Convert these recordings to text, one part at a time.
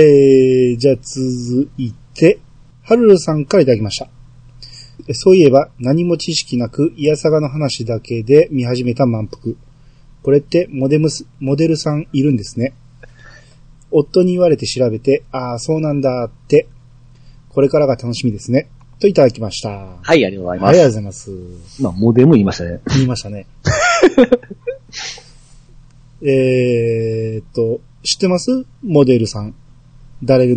えー、じゃあ続いて、はるるさんからいただきました。えそういえば、何も知識なく、イヤサガの話だけで見始めた満腹。これって、モデムス、モデルさんいるんですね。夫に言われて調べて、ああ、そうなんだって、これからが楽しみですね。といただきました。あはい、ありがとうございりがまとうごす。ざいます。まあ、モデム言いましたね。言いましたね。 えーっと、知ってますモデルさん。誰、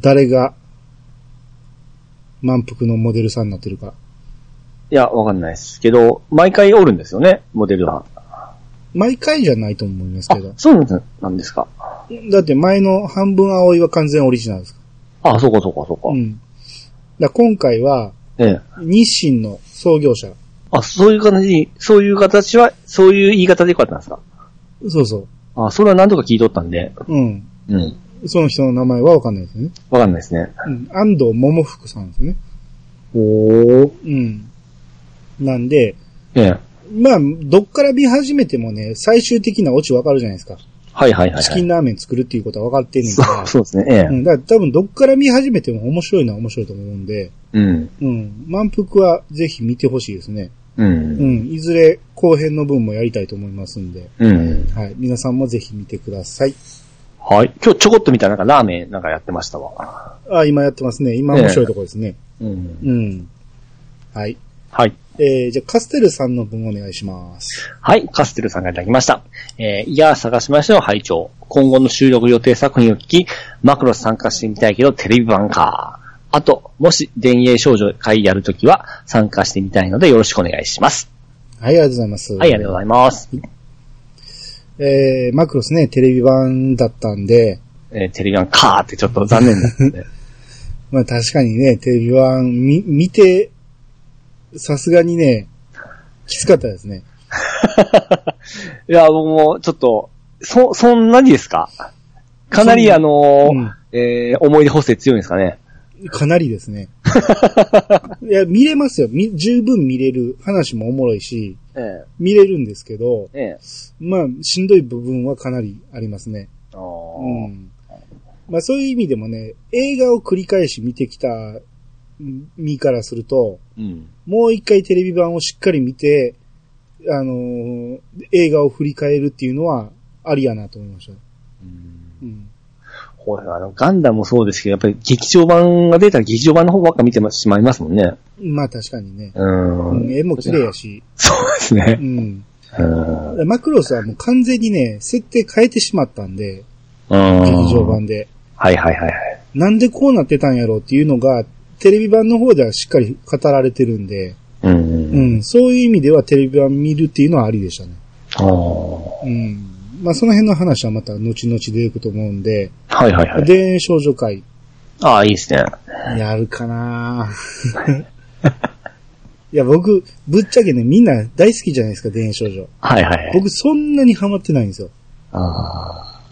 誰が、満腹のモデルさんになってるか。いや、わかんないですけど、毎回おるんですよね、モデルは。毎回じゃないと思いますあけど、。そうなんですか。だって前の半分青いは完全オリジナルですかあ、そうか、そうか、そうか。ら。うん。だから今回は、ええ。日清の創業者。あ、そういう形に、そういう形は、そういう言い方でよかったんですかそうそあ、それは何度か聞いとったんで、う。うん。うん。その人の名前はわかんないですね。わかんないですね。うん。安藤桃福さんですね。おお。うん。なんで、ええ。まあ、どっから見始めてもね、最終的なオチわかるじゃないですか。はいはいはい、はい。チキンラーメン作るっていうことは分かってんねんかそうら。そうですね、ええ。うん、だから多分どっから見始めても面白いのは面白いと思うんで、うん。うん、満腹はぜひ見てほしいですね。う。うんん、いずれ後編の分もやりたいと思いますんで、うん。はい、皆さんもぜひ見てください。はい。今日ちょこっと見たらなんかラーメンなんかやってましたわ。あ、今やってますね。今面白いところですね。うん。うん。はい。はい。えー、じゃあカステルさんの分お願いします。はい、カステルさんがいただきました。えー、いや、探しましょう、拝聴今後の収録予定作品を聞き、マクロス参加してみたいけど、テレビ版か。あと、もし、電影少女会やるときは、参加してみたいので、よろしくお願いします。はい、ありがとうございます。はい、ありがとうございます。えー、マクロスね、テレビ版だったんで、えー、テレビ版かーってちょっと残念だった んで。まあ確かにね、テレビ版見、見て、さすがにね、きつかったですね。いや、僕も、ちょっと、そ、そんなにですかかなり、そんあのーうんえー思い出補正強いんですかね。かなりですね。いや、見れますよ。み十分見れる。話もおもろいし、ええ見れるんですけど、ええまあ、しんどい部分はかなりありますね。あうーん。まあそういう意味でもね、映画を繰り返し見てきた身からすると、うん。もう一回テレビ版をしっかり見て、あのー映画を振り返るっていうのは、ありやなと思いました。うんうん。ほら、あの、ガンダムもそうですけど、やっぱり劇場版が出たら劇場版の方ばっか見てしまいますもんね。まあ確かにね。うーうん、ん。絵も綺麗やし。そうですうね。ん。うーん。マクロスはもう完全にね、設定変えてしまったんで、劇劇場。版で。はいはいはいはい。なんでこうなってたんやろうっていうのが、テレビ版の方ではしっかり語られてるんで、うんう。ん、そういう意味ではテレビ版見るっていうのはありでしたね。あーうん。まあその辺の話はまた後々出てくると思うんで、はいはいはい。で、少女会、ああ、いいですね。やるか ないや、僕、ぶっちゃけね、みんな大好きじゃないですか、電影少女。はいはいはい。僕、そんなにハマってないんですよ。あ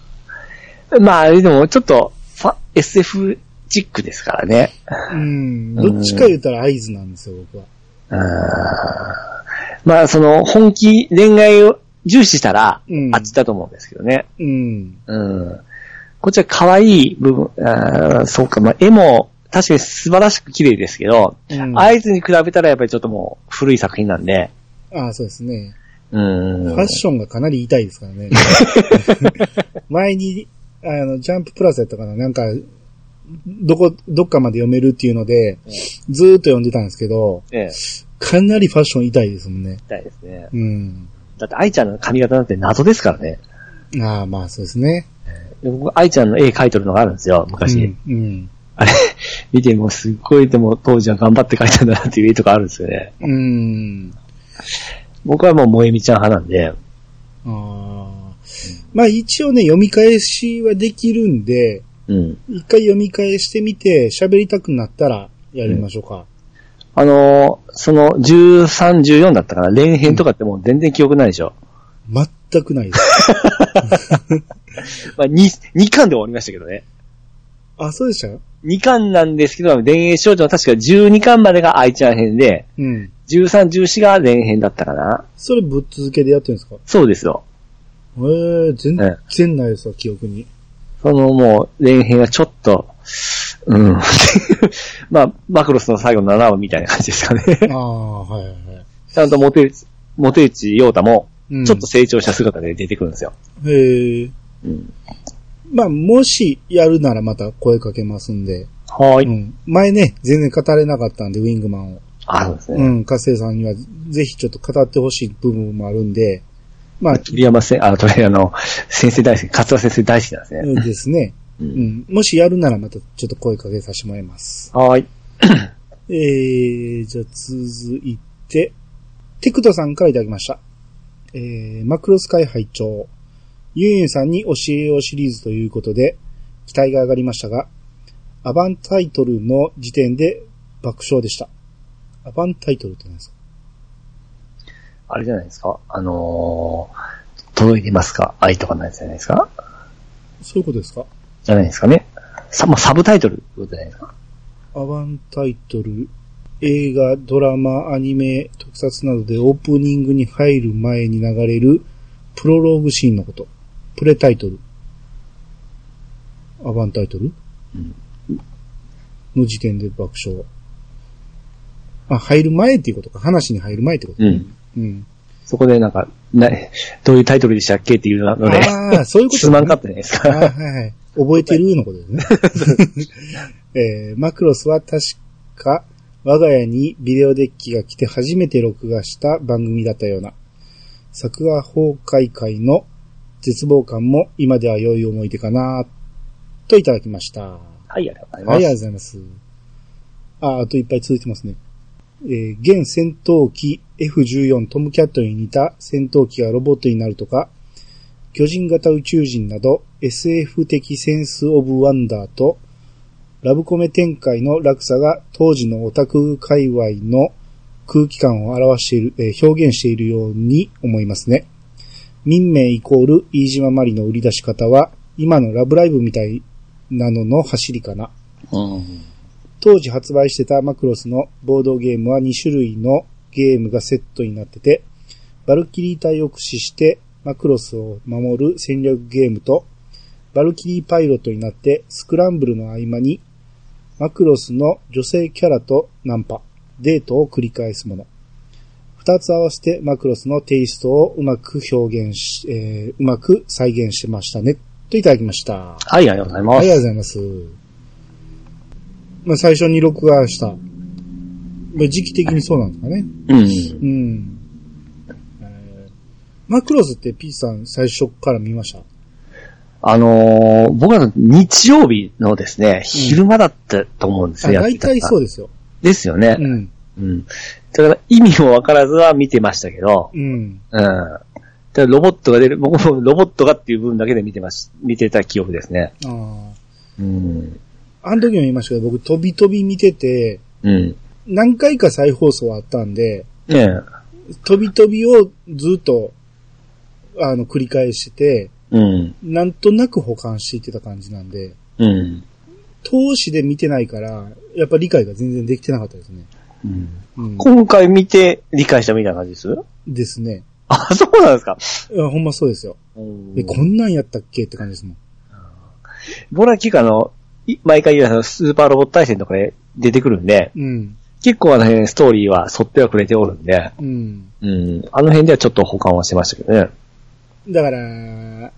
ーまあ、でもちょっと、さ SF チックですからね。うん。どっちか言ったら合図なんですよ、僕は。うーんまあ、その、本気、恋愛を重視したら、うんあっちだと思うんですけどね。うん。うん。こっちは可愛い部分、あーそうか、まあ、絵も確かに素晴らしく綺麗ですけど、うん、あ合図に比べたらやっぱりちょっともう古い作品なんで、あ、そうですね。うん。ファッションがかなり痛いですからね。 前に、あの、ジャンププラスやったかな、なんか、どこ、どっかまで読めるっていうので、ずーっと読んでたんですけど、ええ、かなりファッション痛いですもんね。痛いですね。うん。だって愛ちゃんの髪型なんて謎ですからね。ああ、まあそうですね。僕、愛ちゃんの絵描いてるのがあるんですよ、昔。うん。うんあれ、見てもうすっごいでも当時は頑張って描いたんだなっていう絵とかあるんですよね。うーん。僕はもう萌えみちゃん派なんで、あーまあ一応ね、読み返しはできるんで、うん。一回読み返してみて、喋りたくなったらやりましょうか。あのーその13、14だったかな、連編とかってもう全然記憶ないでしょ。全くないです。まあ、2、二巻で終わりましたけどね。あ、そうでした2巻なんですけど、電影少女は確か12巻までが愛ちゃん編で、うん。 13、14が連編だったかな。それぶっ続けでやってるんですかそうですよ。ええ全然ないですわ、記憶に。そのもう、連編はちょっと、うん。 まあ、マクロスの最後の7話みたいな感じですかね。 ああ、はいはいはい。ちゃんとモテ、モテチヨータも、うんちょっと成長した姿で出てくるんですよ。ええうんまあ、もしやるならまた声かけますんで。はう。ん。前ね、全然語れなかったんで、ウィングマンを。あ、そうですうね。ん。カセイさんには、ぜひちょっと語ってほしい部分もあるんで。まあ、鳥山先生、あ、鳥山の先生大好き、勝田先生大好きなんですね。うんですね。ううんん。もしやるならまたちょっと声かけさせてもらいます。はい。えー、じゃあ続いて、テクトさんからいただきました。えー、マクロス会拝聴ユンユンさんに教えをシリーズということで、期待が上がりましたが、アバンタイトルの時点で爆笑でした。アバンタイトルって何ですかあれじゃないですか。あのー、届いてますか愛とかないじゃないですかそういうことですかじゃないですかね。さ、まあ、サブタイトルってことじゃないですか。アバンタイトル、映画、ドラマ、アニメ、特撮などでオープニングに入る前に流れるプロローグシーンのこと。プレタイトル。アバンタイトル、うんの時点で爆笑。あ、入る前っていうことか。話に入る前ってこと。うん。うん。そこでなんか、な、どういうタイトルでしたっけっていうのね、ああ、そういうこと、ね、すまんかったじゃないです あか。はいはい。覚えてるのことですね。えーマクロスは確か、我が家にビデオデッキが来て初めて録画した番組だったような。作画崩壊会の絶望感も今では良い思い出かな、といただきました。ははい、ありがとうい、ごあざりがとういまございます。あ、あといっぱい続いてますね。えー現戦闘機 F14 トムキャットに似た戦闘機がロボットになるとか、巨人型宇宙人など SF 的センスオブワンダーとラブコメ展開の落差が当時のオタク界隈の空気感を表している、えー表現しているように思いますね。民名イコール飯島まりの売り出し方は今のラブライブみたいなのの走りかな。す。うん。当時発売してたマクロスのボードゲームは2種類のゲームがセットになってて、バルキリー隊を駆使してマクロスを守る戦略ゲームと、バルキリーパイロットになってスクランブルの合間に、マクロスの女性キャラとナンパ、デートを繰り返すもの。二つ合わせてマクロスのテイストをうまく表現し、えーうまく再現してましたね。といただきました。はい、ありがとうございあまりがとうごす。ざいます。まあ、最初に録画した。まあ、時期的にそうなんですかね。うん。うん。えーマクロスって P さん最初から見ましたあのー僕は日曜日のですね、昼間だったと思うんですあね。やって大たのが体そうですよ。ですよねう。ん。うん。だから意味もわからずは見てましたけど、うん。うん。だからロボットが出る、僕も ロボットがっていう部分だけで見てまし、見てた記憶ですね。あーうん。あの時も言いましたけど、僕飛び飛び見てて、うん。何回か再放送あったんで、ねえ。飛び飛びをずっと、あの、繰り返してて、うん。なんとなく保管していってた感じなんで、うん。投資で見てないから、やっぱ理解が全然できてなかったですね。うんうん、今回見て理解したみたいな感じですですね。あ、そうなんですか。いやほんまそうですよ。え、こんなんやったっけって感じですもん。ボラキかあの、い毎回言うあのスーパーロボット対戦とかで出てくるんで、うん。結構あの辺ストーリーは沿ってはくれておるんで、うん。うん。あの辺ではちょっと保管はしてましたけどね。だから、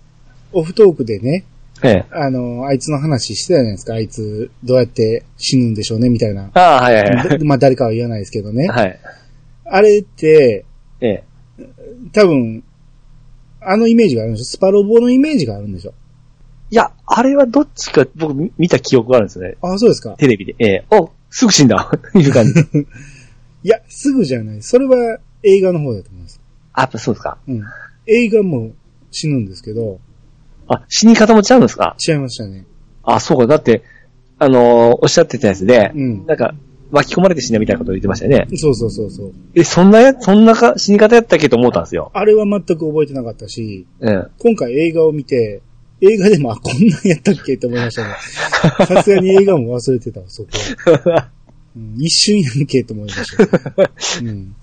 オフトークでね、ええ。あの、あいつの話してたじゃないですか。あいつ、どうやって死ぬんでしょうね、みたい な。ああ、はいはいはい。まあ、誰かは言わないですけどね。はい。あれって、ええ。多分、あのイメージがあるんでしょスパロボのイメージがあるんでしょいや、あれはどっちか僕み見た記憶があるんですよね。ああ、そうですか。テレビで。ええ。お、すぐ死んだ いう感 じ。いや、すぐじゃない。それは映画の方だと思います。あ、やっぱそうですか。うん。映画も死ぬんですけど、あ、死に方も違うんですか違いましたね。あ、そうか。だって、あのーおっしゃってたやつで、うんなんか、巻き込まれて死んだみたいなことを言ってましたよね。そうそうそうそう。え、そんなや、そんなか死に方やったっけと思ったんですよ。あれは全く覚えてなかったし、うん。今回映画を見て、映画でも、あ、こんなんやったっけって思いま したね。さすがに映画も忘れてたわ、そこはうん一瞬やんけって思いました、 うん。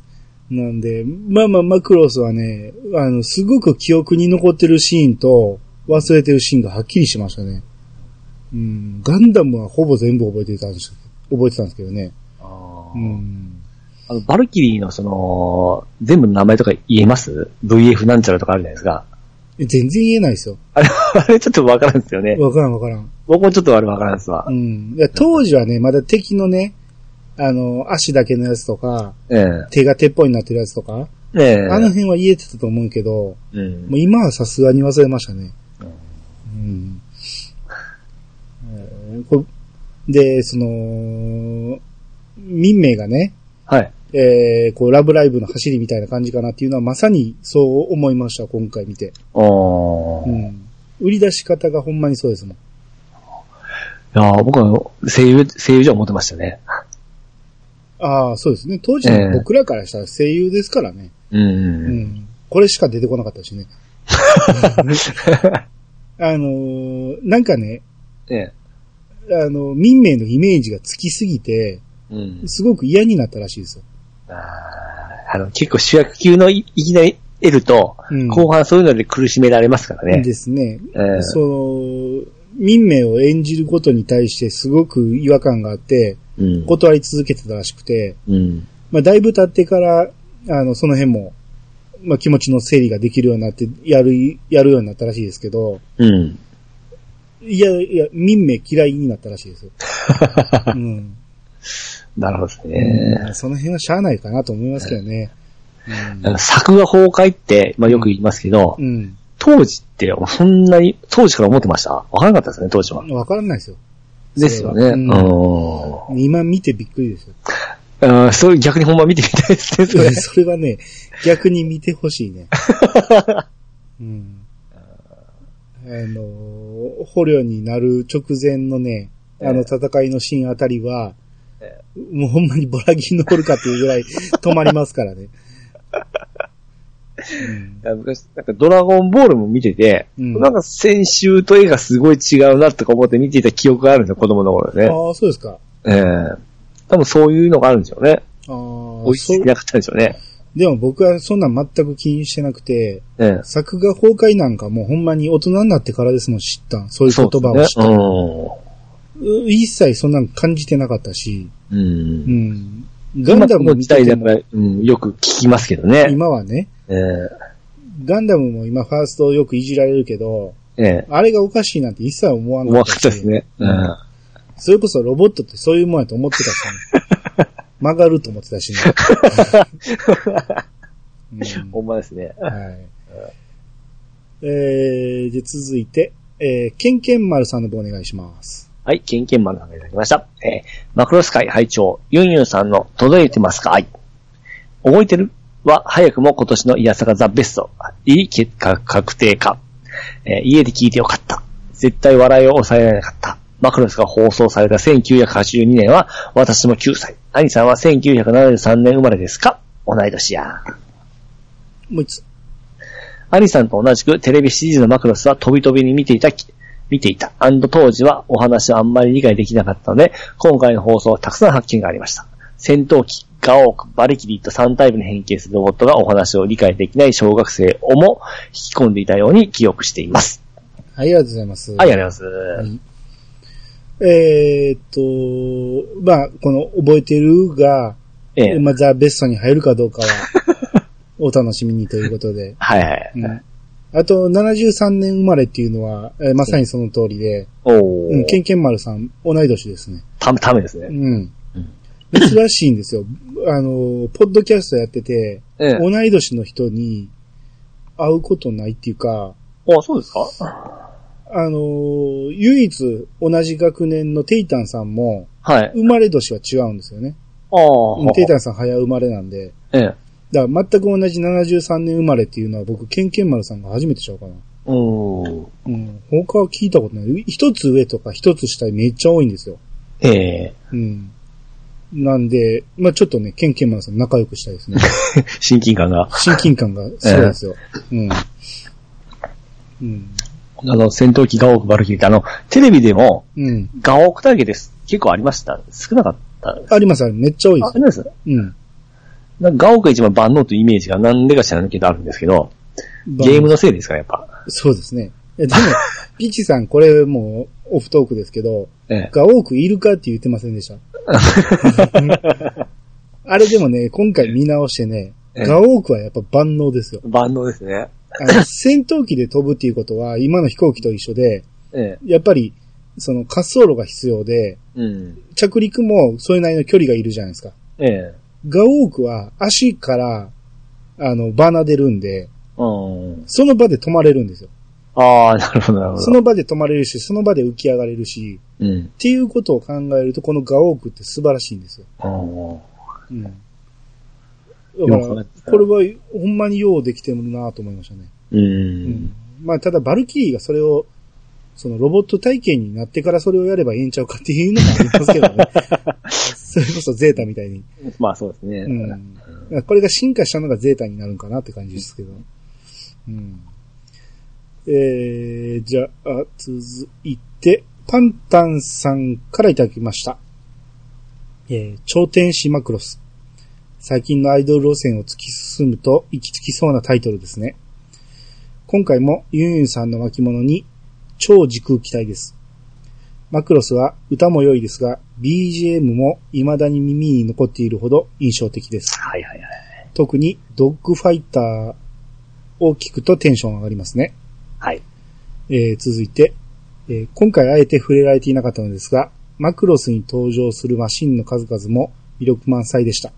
なんで、まあまあ、マクロスはね、あの、すごく記憶に残ってるシーンと、忘れてるシーンがはっきりしましたね。うん、ガンダムはほぼ全部覚えてたんです覚えてたんですけどね。あうん。あの、バルキリーのその、全部の名前とか言えます ?VF なんちゃらとかあるじゃないですか。え全然言えないですよ。あれ、 あれちょっとわからんですよね。わからんわからん。僕もちょっとあれわからんですわう。ん。いや当時はね、まだ敵のね、あの、足だけのやつとか、ええ手が鉄砲になってるやつとか、ええあの辺は言えてたと思うけど、うんもう今はさすがに忘れましたね。うん。えーこで、その、民名がね、はい。えーこう、ラブライブの走りみたいな感じかなっていうのはまさにそう思いました、今回見て。おうーいん。売り出し方がほんまにそうですもん。やー僕は声優、声優じゃ思ってましたね。ああ、そうですね。当時ええの僕らからしたら声優ですからね。うんう うん。ん。これしか出てこなかったしね。あのーなんかね、ええあの、民名のイメージがつきすぎて、うん。すごく嫌になったらしいですよ。あーあの、結構主役級のいいきなり得ると、うん後半そういうので苦しめられますからね。ですね。ええその、民名を演じることに対してすごく違和感があって、うん。断り続けてたらしくて、うん。まあ、だいぶ経ってから、あの、その辺も、まあ、気持ちの整理ができるようになって、やる、やるようになったらしいですけど、うん。いやいや、民名嫌いになったらしいです よ。うん。なるほどですね。その辺はしゃあないかなと思いますけどね。あの作画崩壊って、まあよく言いますけど、うん。当時ってそんなに、当時から思ってましたわからなかったですね、当時はう。ん。わからないですよ。ですよね。ううんん。今見てびっくりですよ。 あーそういう逆にほんま見てみたいですね、それ。それはね、逆に見てほし いね。うん。あの、捕虜になる直前のね、あのえ戦いのシーンあたりは、もうほんまにボラギン残るかっていうぐらい止まりますから ね。うんあ昔なんかドラゴンボールも見てて、うんなんか先週と絵がすごい違うなとか思って見ていた記憶があるんですよ、子供の頃ね。ああ、そうですか。ええ多分そういうのがあるんでしょうね。ああ追いつそうけなかったんでしょうね。でも僕はそんなん全く気にしてなくて、ええ作画崩壊なんかもうほんまに大人になってからですもん、知った。そういう言葉を知った。そう一切そんなん感じてなかったし、うですねうん。う。うんん。ガガンンダダムムもの見時て代てだもから、うん、よく聞きますけどね。今はね、えガンダムも今ファーストをよくいじられるけど、えええあれがおかしいなんて一切思わなか怖っかったたでしすね。うん。それこそロボットってそういうもんやと思って たし、曲がると思ってたしね。うんほんまですね。はい。えー、で続いて、えー、ケンケン丸さんの方お願いします。はい、ケンケンマンさんがいただきました。えーマクロス会会長、ユンユンさんの届いてますか愛。覚えてるは、早くも今年のイヤサガザベスト。いい結果確定か。えー家で聞いてよかった。絶対笑いを抑えられなかった。マクロスが放送された1982年は、私も9歳。兄さんは1973年生まれですか同い年や。もう一つ。アリさんと同じくテレビシリーズのマクロスは飛び飛びに見ていたき、見ていた。当時はお話をあんまり理解できなかったので、今回の放送はたくさん発見がありました。戦闘機、ガオーク、バリキリと3タイプに変形するロボットがお話を理解できない小学生をも引き込んでいたように記憶しています。はい、ありがとうございます。はい、ありがとうございまはす。いえーっと、まあ、この、覚えてるが、ええ。まあ、ザ・ベストに入るかどうかは、 お楽しみにということで。はいはい。うん、あと、73年生まれっていうのは、えーまさにその通りで、おうん、お。ケンケン丸さん、同い年ですね。た、ためですうね。ん。珍しいんですよ。あの、ポッドキャストやってて、ええ。同い年の人に会うことないっていうか、お、そうですかあの、唯一同じ学年のテイタンさんも、はい。生まれ年は違うんですよね。ああうんテイタンさん早生まれなんで。ええ。だから全く同じ73年生まれっていうのは僕、ケンケン丸さんが初めてちゃうかな。おーうん。他は聞いたことない。一つ上とか一つ下めっちゃ多いんですよ。ええ。うん。なんで、まあちょっとね、ケンケンマンさん仲良くしたいですね。親近感が。親近感がすごい ですよ。うん。あの、戦闘機ガオークバルキリーって、あの、テレビでも、うん。うん。ガオークだけです。結構ありました。少なかったです。ありますありますめっちゃ多いであ、すあれ。です。うん。なんかガオークが一番万能というイメージがなんでか知らないけどあるんですけど、ゲームのせいですから、やっぱ。 そうですね。いやでも、ピチさん、これもう、オフトークですけど、ええ。が多くいるかって言ってません でした。あれでもね、今回見直してね、ええガオークはやっぱ万能ですよ。万能ですね。あ の戦闘機で飛ぶっていうことは、今の飛行機と一緒で、ええ。やっぱり、その滑走路が必要で、うん。着陸もそれなりの距離がいるじゃないですか。ええ。ガオークは足から、あの、バーナー出るんで、うん。その場で止まれるんですよ。ああ、なるほど、なるほそど。の場で止まれるし、その場で浮き上がれるし、うん。っていうことを考えると、このガオークって素晴らしいんですよ。うんうん。だかよらく考え、たこれはほんまにようできてるなと思いましたね。う。。うんまあ、ただバルキリーがそれを、そのロボット体験になってからそれをやればええんちゃうかっていうのもありますけど ね。それこそゼータみたいに。まあそうですね。うん。これが進化したのがゼータになるんかなって感じですけど。うん。えー、じゃあ、続いて、パンタンさんからいただきました。えー、頂点シマクロス。最近のアイドル路線を突き進むと行き着きそうなタイトルですね。今回もユンユンさんの巻物に超時空期待です。マクロスは歌も良いですが、BGM も未だに耳に残っているほど印象的です。はいはいはい。特にドッグファイターを聞くとテンション上がりますね。はい。えー続いて、えー今回あえて触れられていなかったのですが、マクロスに登場するマシンの数々も魅力満載でした。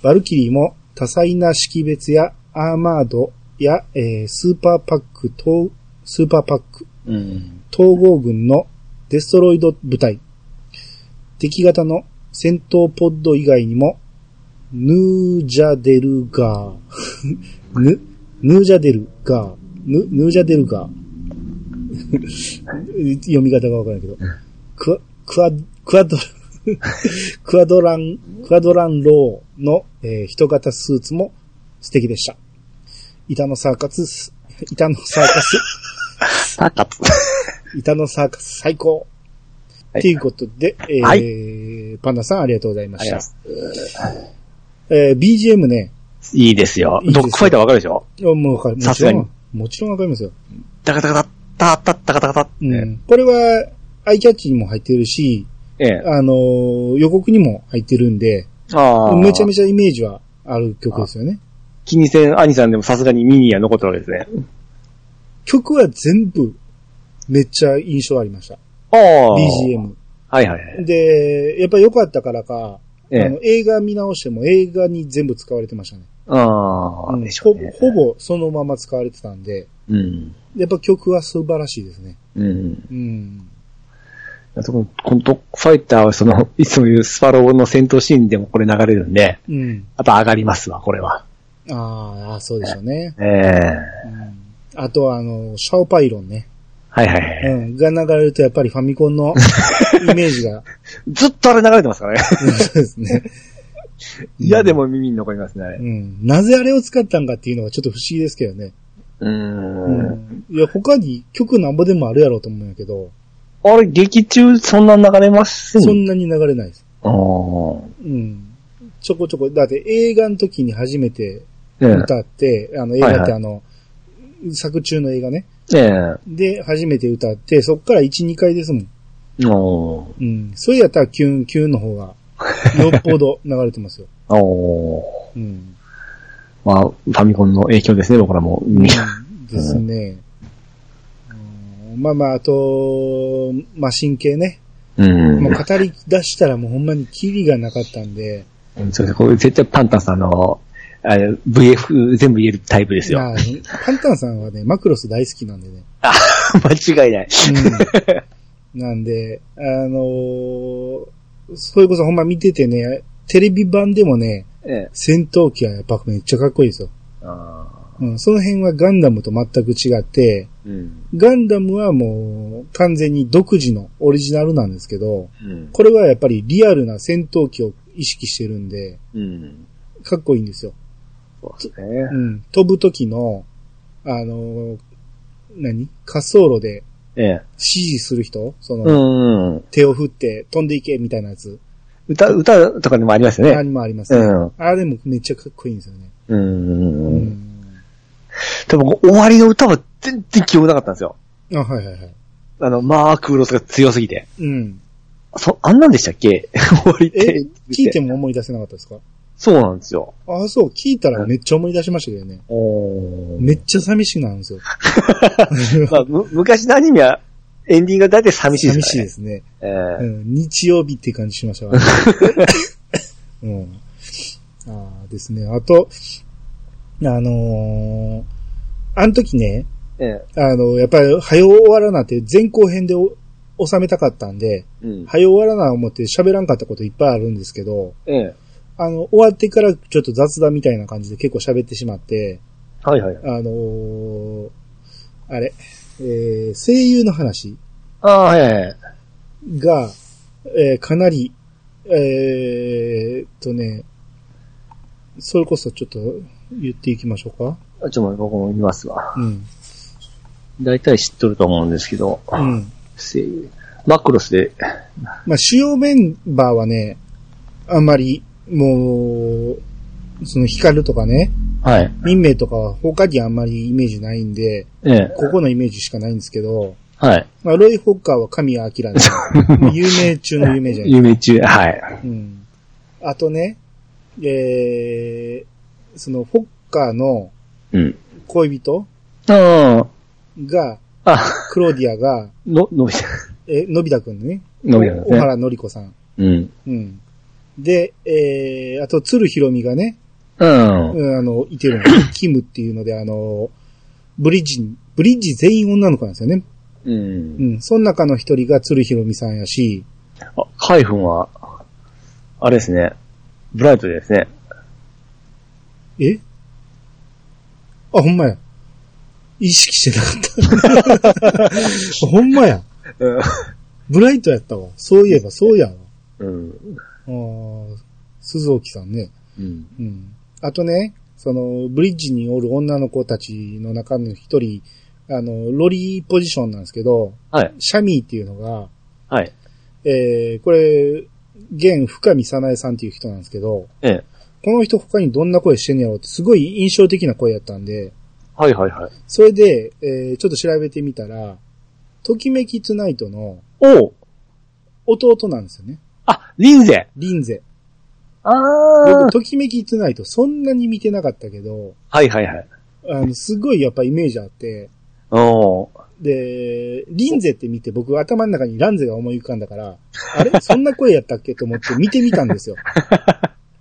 バルキリーも多彩な識別やアーマードや、えースーパーパックと、スーパーパックうん。統合軍のデストロイド部隊。敵型の戦闘ポッド以外にも、ヌージャデルガー。 ヌ、ヌージャデルガー。ヌ、ヌージャデルガー。 読み方がわからないけど。クワ、クワ、クワド、 クワドラン、クワドランローの、えー人型スーツも素敵でした。板のサーカス、 板のサーカス、サカツ。板のサーカス最高はいということで、えーはパンダさんありがとうございましありた。ます。えー BGM ね、いいですよ。いいですドよッグファイターわかるでしょもうわかるもさちすがろにん、もちろんわかりますよ。タカタカタタタタカタカタうんねこれは、アイキャッチにも入ってるし、ええ。あのー予告にも入ってるんで、ああ。めちゃめちゃイメージはある曲ですよね。気にせん兄さんでもさすがにミニは残ってるわけですね。曲は全部、めっちゃ印象ありました。ああ。 BGM。はいはいはい。で、やっぱ良かったからか、えあえの。映画見直しても映画に全部使われてましたね。ああ。うんでしょうね。ほぼほぼそのまま使われてたんで、うん。やっぱ曲は素晴らしいですね。うん。うん。そここのドッグファイターはその、 いつも言うスパローの戦闘シーンでもこれ流れるんで、うん。やっぱ上がりますわ、これは。ああ、そうでしょうね。ええうん、あとは、あの、シャオパイロンね。はいはいはうい。ん。が流れると、やっぱりファミコン のイメージが、ずっとあれ流れてますからね。うんそうですね。いやでも耳に残りますね、あれう。ん。なぜあれを使ったんかっていうのがちょっと不思議ですけどね。う。うんん。いや、他に曲なんぼでもあるやろうと思うんやけど、あれ、劇中そんな流れますそんなに流れないです。あーうん。ちょこちょこ、だって映画の時に初めてええ歌って、あの映画っはいてはあの、作中の映画ね。えで、初めて歌って、そっから1、2回ですもん。えおーうん。それやったらキュン、キュンの方 が、よっぽど流れてますよ。おーうん。まあ、ファミコンの影響ですね、僕らも。ですね。うんまあまあ、あと、マシン系ね。うんもう。語り出したらもうほんまにキリがなかったんで。そうです。これ絶対パンタンさんの、あれ VF 全部言えるタイプですよ。まあ、パンタンさんはね、マクロス大好きなんで ね。間違いない。うん、なんで、あのーそれこそほんま見ててね、テレビ版でもね、ええ戦闘機はやっぱめっちゃかっこいいですよ。あうん、その辺はガンダムと全く違って、ーうん。ガンダムはもう完全に独自のオリジナルなんですけど、うん。これはやっぱりリアルな戦闘機を意識してるんで、うん。かっこいいんですよ。そうですねう。ん、飛ぶ時の、あのー何滑走路でええ。指示する人その、うん。手を振って飛んでいけみたいなやつ。歌、歌とかにもありますよあね。れもありますうね。ん。あれもめっちゃかっこいいんですよね。う。うんん。でも、終わりの歌は全然記憶なかったんですよ。あ、はいはいはい。あの、マークロスが強すぎて。うん。そ、あんなんでしたっけ終わりってえ。聞いてもも思い出せなかったですかそうなんですよ。ああ、そう、聞いたらめっちゃ思い出しましたけどね。おめっちゃ寂しくなるんですよ。 まあ、む昔のアニメは、エンディングが大体寂しいで寂すしいでからね。すね。えうえん、日曜日って感じしましたわ。うん。ああですね。あと、あのーあの時ね、ええあの、やっぱり、早う終わらなって前後編でお収めたかったんで、うん。早う終わらな思って喋らんかったこといっぱいあるんですけど、ええあの、終わってからちょっと雑談みたいな感じで結構喋ってしまって、はいはい。あのーあれ、えー声優の話ああ、はいはいはい。が、えーかなり、えーっとね、それこそちょっと言っていきましょうか。ちょっと待って僕も見ますわ。うん。大体知っとると思うんですけど。うん。せマクロスで、まあ、主要メンバーはね、あんまり、もう、その光とかね、はい。民名とかは他にあんまりイメージないんで、ええ。ここのイメージしかないんですけど、はい。まあ、ロイ・ホッカーは神谷明で、もう有名中の有名じゃない。夢中、はい。うん。あとね、えー、その、ホッカーのうん。恋人あが、あ、あ、クローディアが、の、のび太、え、のび太くんね。のび太です小ね。原のりこさん。うん。うん。で、えー、あと、鶴ひろみがね、うん。うん、あの、い てるの。キムっていうので、あの、ブリッジ、ブリッジ全員女の子なんですよね。う。うんん。その中の一人が鶴ひろみさんやし、あ、カイフンは、あれですね。ブライトですね。えあ、ほんまや。意識してなか った。ほんまや。ブライトやったわ。そういえば、そうやわ。うん。あー鈴木さんね。うん。うん。あとね、その、ブリッジにおる女の子たちの中の一人、あの、ロリーポジションなんですけど、はい。シャミーっていうのが、はい。えー、これ、現深見さなえさんっていう人なんですけど、ええ。この人他にどんな声してんねやろうってすごい印象的な声やったんで、はいはいはい。それで、えー、ちょっと調べてみたら、ときめきツナイトのおう弟なんですよね。あ、リンゼリンゼ。あ僕、あときめきツナイトそんなに見てなかったけど、はいはいはい。あの、すごいやっぱイメージあって、おーで、リンゼって見て僕頭の中にランゼが思い浮かんだから、あれそんな声やったっけと思って見てみたんですよ。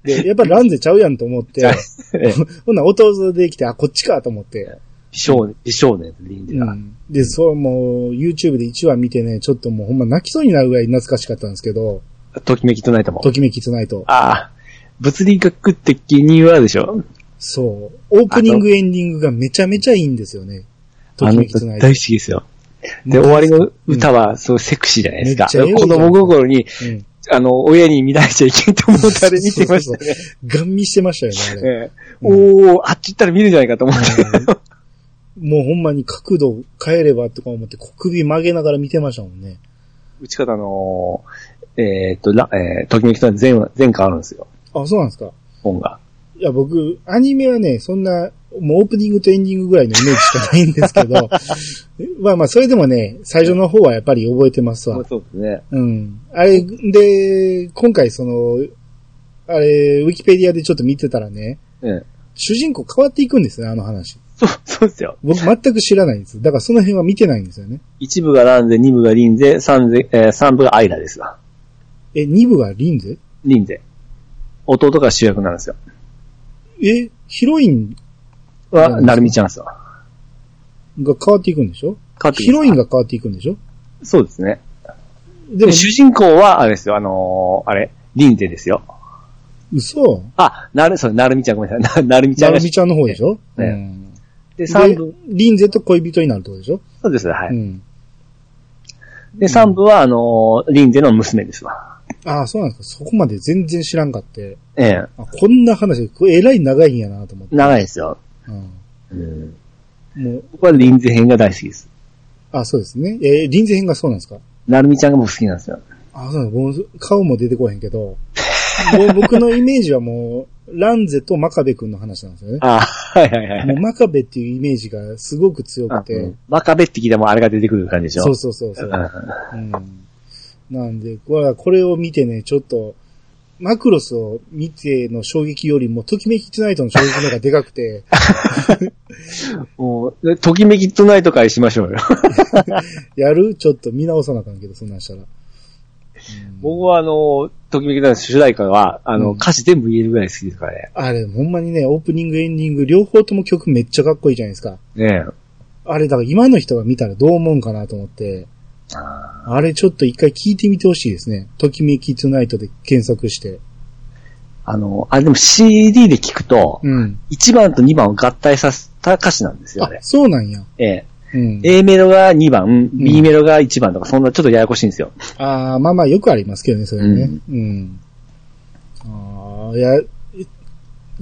で、やっぱランゼちゃうやんと思 って、ええ ほんなら弟できて、あ、こっちかと思って。美少年、美少年、リンゼうが。ん。で、そう、もう、YouTube で1話見てね、ちょっともうほんま泣きそうになるぐらい懐かしかったんですけど、ときめきとないとも。ときめきつないと。ああ、物理学的にはでしょそう。オープニングエンディングがめちゃめちゃいいんですよね。とあきのめき歌つな大い好と。きですよ。で、終わりの歌は、そう、セクシーじゃないですか。めっちゃエロい子供心に、うん。あの、親に見出しちゃいけんと思ったあれ見てましたね。ガン見してましたよね、あれ。ええおー、あっち行ったら見るんじゃないかと思って。もうほんまに角度変えればとか思って、こう首曲げながら見てましたもんね。打ち方の、えーっと、らえー、ときめきとは全話、全巻あるんですよ。あ、そうなんですか。本が。いや、僕、アニメはね、そんな、もうオープニングとエンディングぐらいのイメージしかないんですけど、 まあまあ、それでもね、最初の方はやっぱり覚えてますわ。そうですね。うん。あれ、で、今回その、あれ、ウィキペディアでちょっと見てたらね、ええ主人公変わっていくんですね、あの話。 そう、そうですよ。僕全く知らないんです。だからその辺は見てないんですよね。一部がランゼ、二部がリンゼ、三ゼ、えー、三部がアイラですわ。え、2部がリンゼリンゼ。弟が主役なんですよ。え、ヒロインは、なるみちゃんですよ。が変わっていくんでしょ変わってきますヒロインが変わっていくんでしょそうですね。でもで、主人公は、あれですよ、あのーあれ、リンゼですよ。嘘あ、なる、そう、なるみちゃん、ごめんなさい。ななるみちゃなんがるみちゃんの方でしょ、うねん。で、三で部、、リンゼと恋人になるってことでしょ、そうです、はうい。ん。で、三部は、あのーリンゼの娘ですわ。ああ、そうなんですか。そこまで全然知らんかって。ええ、あこんな話、これえらい長いんやなと思って。長いですよ。うん。うん。もう、僕はリンゼ編が大好きです。あそうですね。えー、リンゼ編がそうなんですかなるみちゃんが僕好きなんですよ。あそうなんです。もう顔も出てこへんけど。もう僕のイメージはもう、ランゼと真壁くんの話なんですよね。あ はいはいはいはもい。う真壁っていうイメージがすごく強くうてん、真壁って聞いたらもうあれが出てくる感じでしょそうそうそうそう。うん。なんで、これこれを見てね、ちょっと、マクロスを見ての衝撃よりも、ときめきトゥナイトの衝撃の方がでかく て、もう、ときめきトゥナイト会しましょうよ。やるちょっと見直さなあかんけど、そんなんしたら。僕はあの、ときめきトゥナイト主題歌は、あの、うん歌詞全部言えるぐらい好きですからね。あれ、ほんまにね、オープニング、エンディング、両方とも曲めっちゃかっこいいじゃないですか。ねあれ、だから今の人が見たらどう思うんかなと思って、え。ああれちょっと一回聞いてみてほしいですね。ときめきトゥナイトで検索して。あの、あれでも CD で聞くと、うん。 1番と2番を合体させた歌詞なんですよ、ああれ、。そうなんや。ええ。うん。 A メロが2番、B メロが1番とか、そんなちょっとややこしいんですよ。ああ、まあまあよくありますけどね、それね。うん。ああ、いや、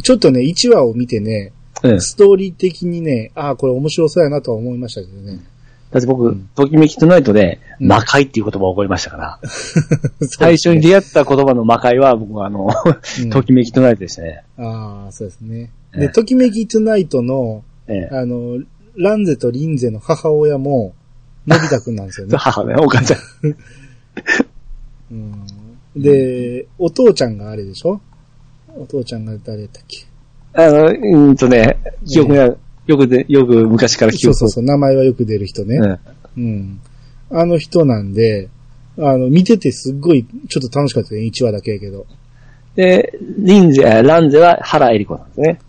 ちょっとね、1話を見てね、うん。ストーリー的にね、ああ、これ面白そうやなとは思いましたけどね。だって僕、うんときめきトゥナイトで、うん魔界っていう言葉を覚えましたから、 最 初に出会った言葉の魔界は、僕はあの、うん ときめきトゥナイトでしたね。ああ、そうですね。えで、えときめきトゥナイトの、ええ。あの、ランゼとリンゼの母親も、のび太くんなんです よね。母ね、お母ちゃん。うんで、お父ちゃんがあれでしょお父ちゃんが誰だったっけあの、うーんとね、記憶が、よくで、よく昔から記そう憶そうそう、名前はよく出る人ね。うんうん。あの人なんで、あの、見ててすっごい、ちょっと楽しかったね、1話だけやけど。で、リンゼ、えランゼは原恵里子なんですね。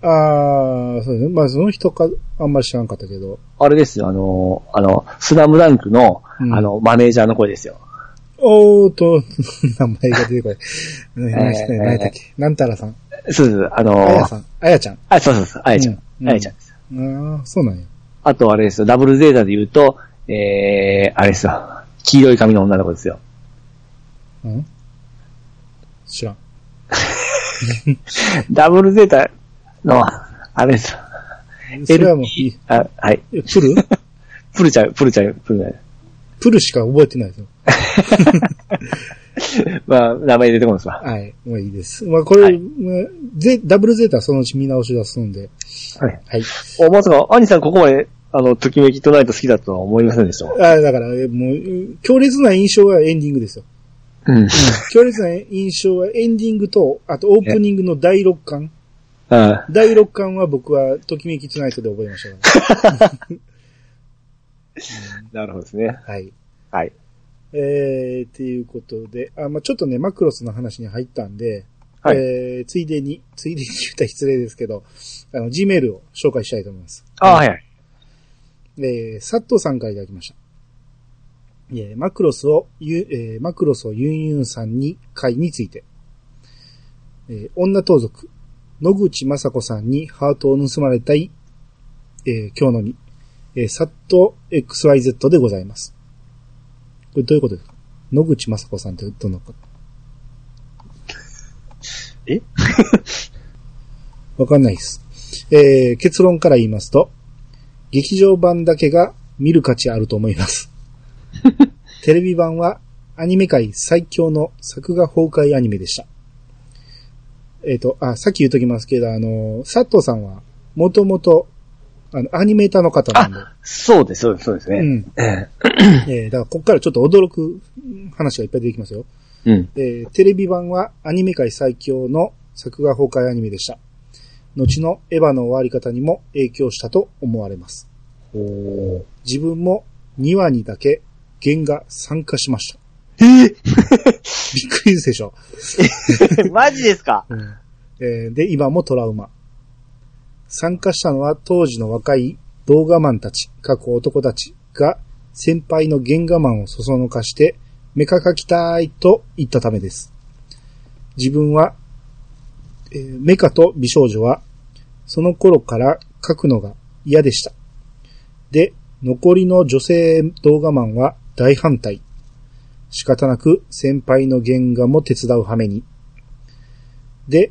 あー、そうね。まあ、その人か、あんまり知らんかったけど。あれですよ、あの、あの、スラムダンクの、うんあの、マネージャーの声ですよ。おーと、 名前が出てこない。何したっけえー何やったっけなんたらさん。そうそう、ああの、やさん。あやちゃん。あ、そうそうそう、あやちゃん。うんあやちゃんですよ。あー、そうなんや。あと、あれですよ、ダブルゼータで言うと、えー、あれですよ、黄色い髪の女の子ですよ。うん知らん。ダブルゼータの、あれですよ、それはもういい、あ、はい、えプ ルプルちゃん、プルちゃん、プルちゃん。プルしか覚えてないですよ。まあ、名前出てこないですわ。はい。もういいです。まあ、これ、はいまあゼダブルゼータはそのうち見直し出すんで。はい。はい。お、まさか、アニさんここまで、あの、ときめきトナイト好きだとは思いませんでしたわ。あだから、えもう、うん強烈な印象はエンディングです よ。うん。強烈な印象はエンディングと、あとオープニングの第6巻。あ第6巻は僕は、ときめきトゥナイトで覚えましたかなるほどですね。ら。はい。はい。えー、っていうことで、あ、まあちょっとね、マクロスの話に入ったんで、はいえー、ついでに、ついでに言ったら失礼ですけど、あの、G メールを紹介したいと思います。あはいはい。えー、サットさんからいただきました。えー、マクロスを、ゆえー、マクロスをユンユンさんに会について、えー、女盗賊、野口雅子さんにハートを盗まれたい、えー、今日のに、えー、サット XYZ でございます。これどういうことですか野口雅子さんってどの子えわかんないです。えー、結論から言いますと、劇場版だけが見る価値あると思います。テレビ版はアニメ界最強の作画崩壊アニメでした。えっ、と、あ、さっき言っときますけど、あの、佐藤さんは、もともと、あの、アニメーターの方なんで、そうです、そうです、そうですうね。ん。えーだからこっからちょっと驚く話がいっぱい出てきますよ。うん。えーテレビ版はアニメ界最強の作画崩壊アニメでした。後のエヴァの終わり方にも影響したと思われます。お自分も2話にだけ原画参加しました。えびっくりですでしょ。ー マジですかえーで、今もトラウマ。参加したのは当時の若い動画マンたち、過去男たちが先輩の原画マンをそそのかして、メカ描きたいと言ったためです。自分は、えーメカと美少女は、その頃から描くのが嫌でした。で、残りの女性動画マンは大反対。仕方なく先輩の原画も手伝う羽目に。で、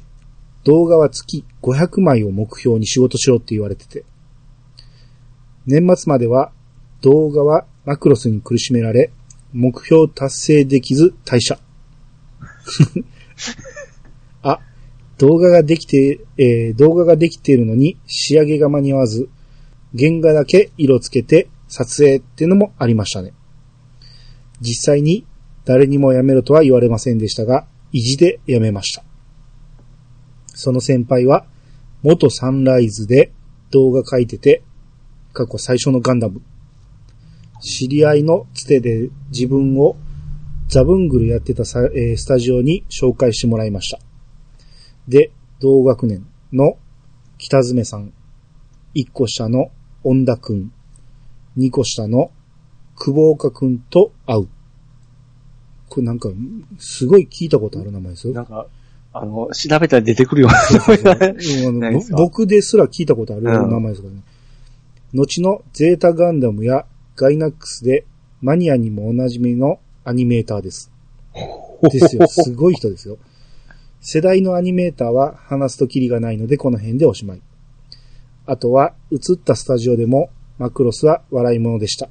動画は月500枚を目標に仕事しろって言われてて。年末までは動画はマクロスに苦しめられ、目標達成できず退社。 あ、動画ができて、えー動画ができているのに仕上げが間に合わず、原画だけ色つけて撮影ってのもありましたね。実際に誰にも辞めろとは言われませんでしたが、意地で辞めました。その先輩は、元サンライズで動画書いてて、過去最初のガンダム。知り合いのつてで自分をザブングルやってたさ、えースタジオに紹介してもらいました。で、同学年の北爪さん、1個下の恩田くん、2個下の久保岡くんと会う。これなんか、すごい聞いたことある名前ですよ。なんか、あの、調べたら出てくるよう な名前だ。うんあのないでぼすか僕ですら聞いたことある名前ですからね。後のゼータガンダムやガイナックスでマニアにもおなじみのアニメーターです。です よ。すごい人ですよ。世代のアニメーターは話すとキリがないのでこの辺でおしまい。あとは映ったスタジオでもマクロスは笑い物でした。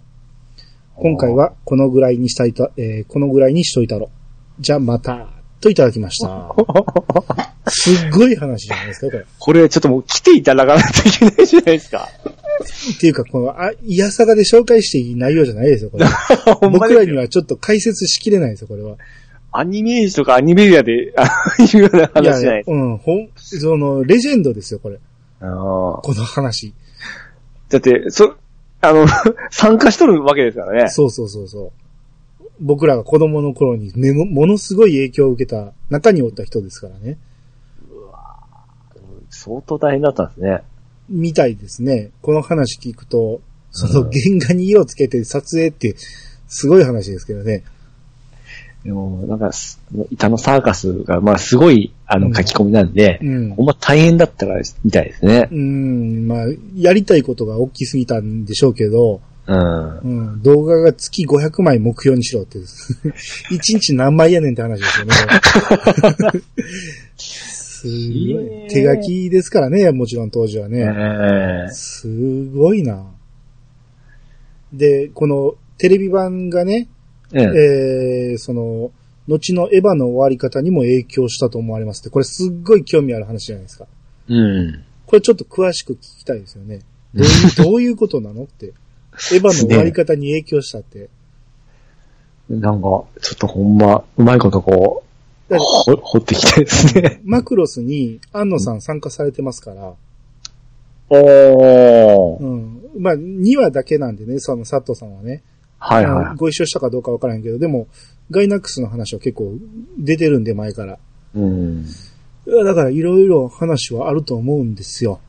今回はこのぐらいにしたいた、えーこのぐらいにしといたろ。じゃあまた、といただきま した。すっごい話じゃないですか、これ。これちょっともう来ていただかないといけないじゃないですか。っていうか、この、あ、いやさがで紹介していい内容じゃないですよ、これ。 ほんま僕らににはちょっと解説しきれないですよ、これは。アニメージとかアニメリアで、ああいうような話じゃないですか。うん、ほん、その、レジェンドですよ、これ。ああこの話。だって、そ、あの、 参加しとるわけですからね。そうそうそうそう。僕らが子供の頃にめも、ものすごい影響を受けた、中におった人ですからね。相当大変だったんですね。みたいですね。この話聞くと、そのうん原画に色をつけて撮影って、すごい話ですけどね。でも、なんかす、板のサーカスが、まあ、すごい、あの、うん書き込みなんで、うんほ。んま大変だったから、みたいですねう。ん、まあ、やりたいことが大きすぎたんでしょうけど、うん。うん、動画が月500枚目標にしろ って。1日何枚やねんって話ですよね。すごえい。ー手書きですからね、もちろん当時はえね。えすごいな。で、このテレビ版がね、えええー、その、後のエヴァの終わり方にも影響したと思われますって、これすっごい興味ある話じゃないですか。うん。これちょっと詳しく聞きたいですよね。どういう、 どういうことなのって。エヴァの終わり方に影響したって。なんか、ちょっとほんま、うまいことこう、だからほ、掘ってきてですね。マクロスに安野さん参加されてますから、おー。うん。まあ、2話だけなんでね、その佐藤さんはね。はいはあいはのご一緒したかどうかわからへんけど、でも、ガイナックスの話は結構出てるんで、前から。い。うん。いやだから、いろいろ話はあると思うんですよ。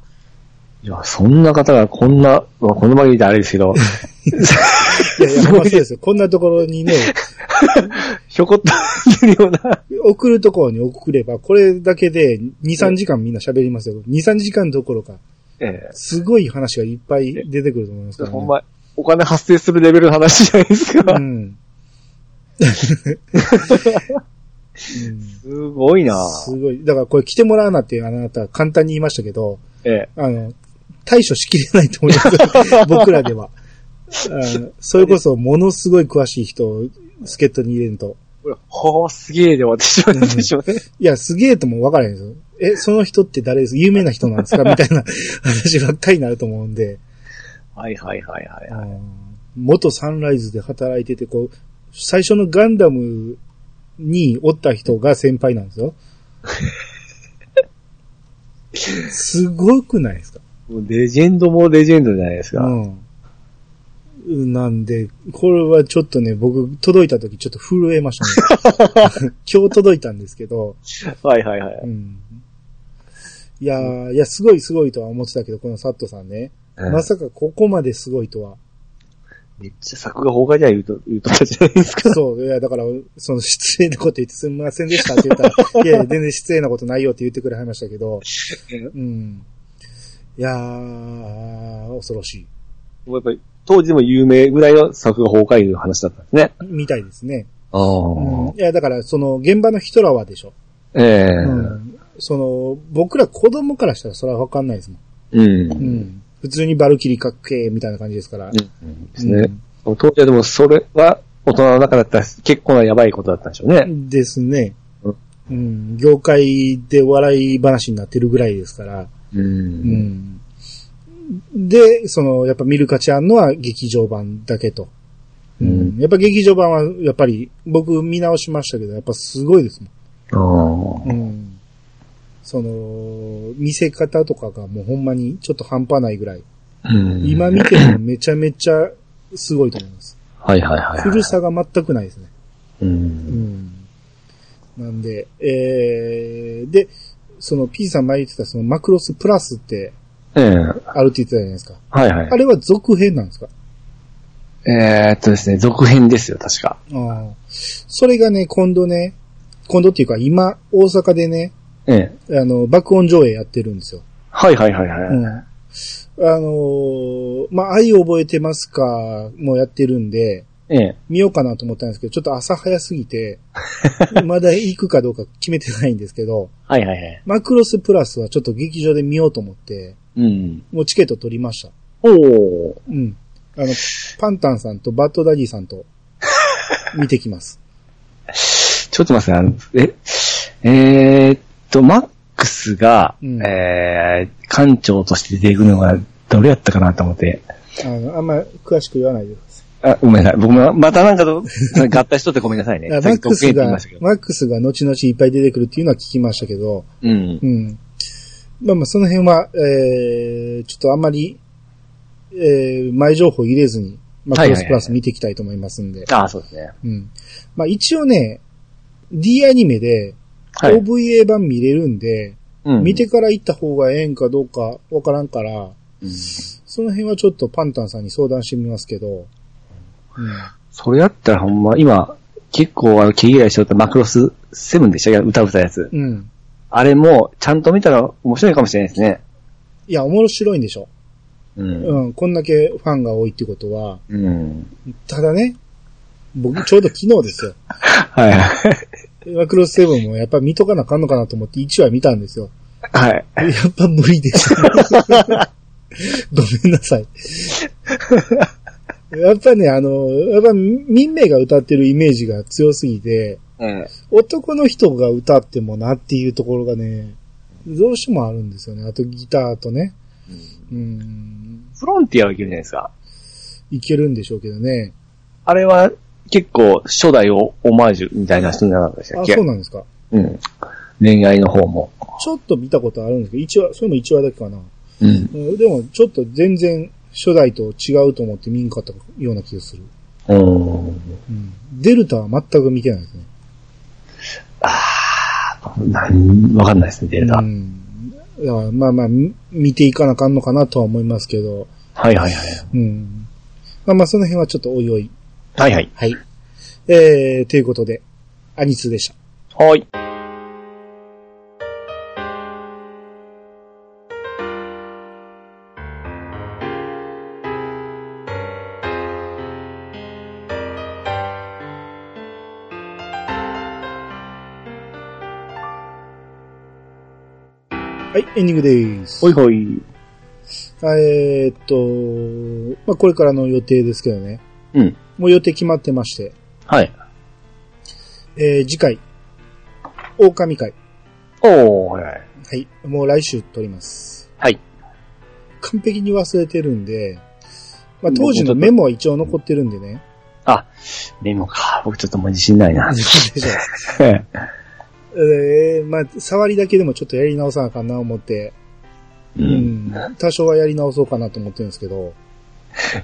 いや、そんな方がこんな、まあ、この場で言うとあれですけ ど、いやいや、すほんごいまそうですよ。 こんなところにね、ひょこっといるような。送るところに送れば、これだけで2、3時間みんな喋りますよ。2、3時間どころか、ええすごい話がいっぱい出てくると思いますから、ね。ほんま、お金発生するレベルの話じゃないですか。 うん。うんすごいなすごい。だからこれ来てもらうなってあなた簡単に言いましたけど、ええ。あの、対処しきれないと思います。僕らでは。あのそれこそものすごい詳しい人を助っ人に入れると。これほー、すげえで終わってしまうんでしょうね。いや、すげえとも分からへんですよ。え、その人って誰です有名な人なんですかみたいな話ばっかりになると思うんで。はいはいはいはいあはい。の元サンライズで働いてて、こう、最初のガンダムにおった人が先輩なんですよ。すごくないですかもうレジェンドもレジェンドじゃないですか。うん。なんで、これはちょっとね、僕、届いた時ちょっと震えました ね。今日届いたんですけど、。はいはいはいうん。いやー、いや、すごいすごいとは思ってたけど、このサットさんね。まさかここまですごい とは。めっちゃ作画崩壊じゃ言うと、言うとったじゃないですか。そう、いや、だから、その失礼なこと言ってすみませんでしたって言った ら、いやいや、全然失礼なことないよって言ってくれはりましたけど、うん。いやー、恐ろしい。もうやっぱり、当時でも有名ぐらいの作画崩壊いう話だったんですね。みたいですね。ああ、うん、いや、だから、その、現場の人らはでしょ。ええうん。その、僕ら子供からしたらそれはわかんないですもうん。ん。うん。普通にバルキリーかっけーみたいな感じですから。うんですね。当時はでもそれは大人の中だったら結構なやばいことだったんでしょううね。んですね。うん、業界で笑い話になってるぐらいですから、う。うんん。で、その、やっぱ見る価値あんのは劇場版だけと。ううんん。やっぱ劇場版は、やっぱり、僕見直しましたけど、やっぱすごいですあーもん。うん。その、見せ方とかがもうほんまにちょっと半端ないぐらい。うん今見てもめちゃめちゃすごいと思います。はいはいはいはい。古さが全くないですね。う。うんん。なんで、えー、で、その P さん前言ってたそのマクロスプラスってええあるって言ってたじゃないですか。はいはいあ。れは続編なんですかえーっとですね、続編ですよ、確か。ああ。それがね、今度ね、今度っていうか今、大阪でね、ええ。あの、爆音上映やってるんですよ。はいはいはいはい。うん。あのーまあ、愛覚えてますかもやってるんで、ええ。見ようかなと思ったんですけど、ちょっと朝早すぎて、 まだ行くかどうか決めてないんですけど、はいはいはい。マクロスプラスはちょっと劇場で見ようと思って、うん。もうチケット取りました。おー。うん。あの、パンタンさんとバッドダディさんと、見てき ます。ちょっと待ってくださいあのえ、えーっと、マックスが、うんえー、館長として出ていくのが、どれやったかなと思って。あの、あんま詳しく言わないでください。あ、ごめんなさい。僕も、またなんか と、合体しとってごめんなさいね。だかさらっマッきク特ス権って言いがましたけ、ど。マックスが後々いっぱい出てくるっていうのは聞きましたけど、うんう。ん。まあまあ、その辺は、えー、ちょっとあんまり、えー、前情報入れずに、マックスプラス見ていきたいと思いますんで。ああ、そうですね。うん。まあ一応ね、D アニメで、はい。 OVA 版見れるんで、うん見てから行った方がええんかどうかわからんから、うんその辺はちょっとパンタンさんに相談してみますけど、うん。それやったらほんま、今、結構あの、毛嫌いしとったマクロス7でしたっけ歌歌たやつ。うん。あれも、ちゃんと見たら面白いかもしれないですね。いや、面白いんでしょ。うん。うん、こんだけファンが多いってことは、うん。ただね、僕ちょうど昨日ですよ。はいはい。マクロスセブンもやっぱ見とかなあかんのかなと思って1話見たんですよ。はい。やっぱ無理で した。ごめんなさい。やっぱね、あの、やっぱ民名が歌ってるイメージが強すぎて、うん。男の人が歌ってもなっていうところがね、どうしてもあるんですよね。あとギターとね。うん、フロンティアはいけるじゃないですか。いけるんでしょうけどね。あれは、結構、初代をオマージュみたいな人じゃなかったでしたあ、っけそうなんですか。うん。恋愛の方も。ちょっと見たことあるんですけど、一話、それも1話だけかな。うん。うんでも、ちょっと全然初代と違うと思って見んかったような気がする。うん。うん、デルタは全く見てないですね。なん、わかんないですね、データ。うん、だからまあまあ、み見ていかなあかんのかなとは思いますけど、はいはいはうい。ん、まあまあ、その辺はちょっとおいおい。はいはい。はい。えー、ということで、アニツーでした。はい。はい、エンディングです。ほいほい。えーっと、まあ、これからの予定ですけどね。うん。もう予定決まってまして、はい。えー、次回、狼会。おー、はいはい。はい、もう来週撮ります。はい。完璧に忘れてるんで、まあ、当時のメモは一応残ってるんでね。あ、メモか。僕ちょっともう自信ないな。えー、まあ、触りだけでもちょっとやり直さなあかんな思って、 う。うんん、多少はやり直そうかなと思ってるんですけど、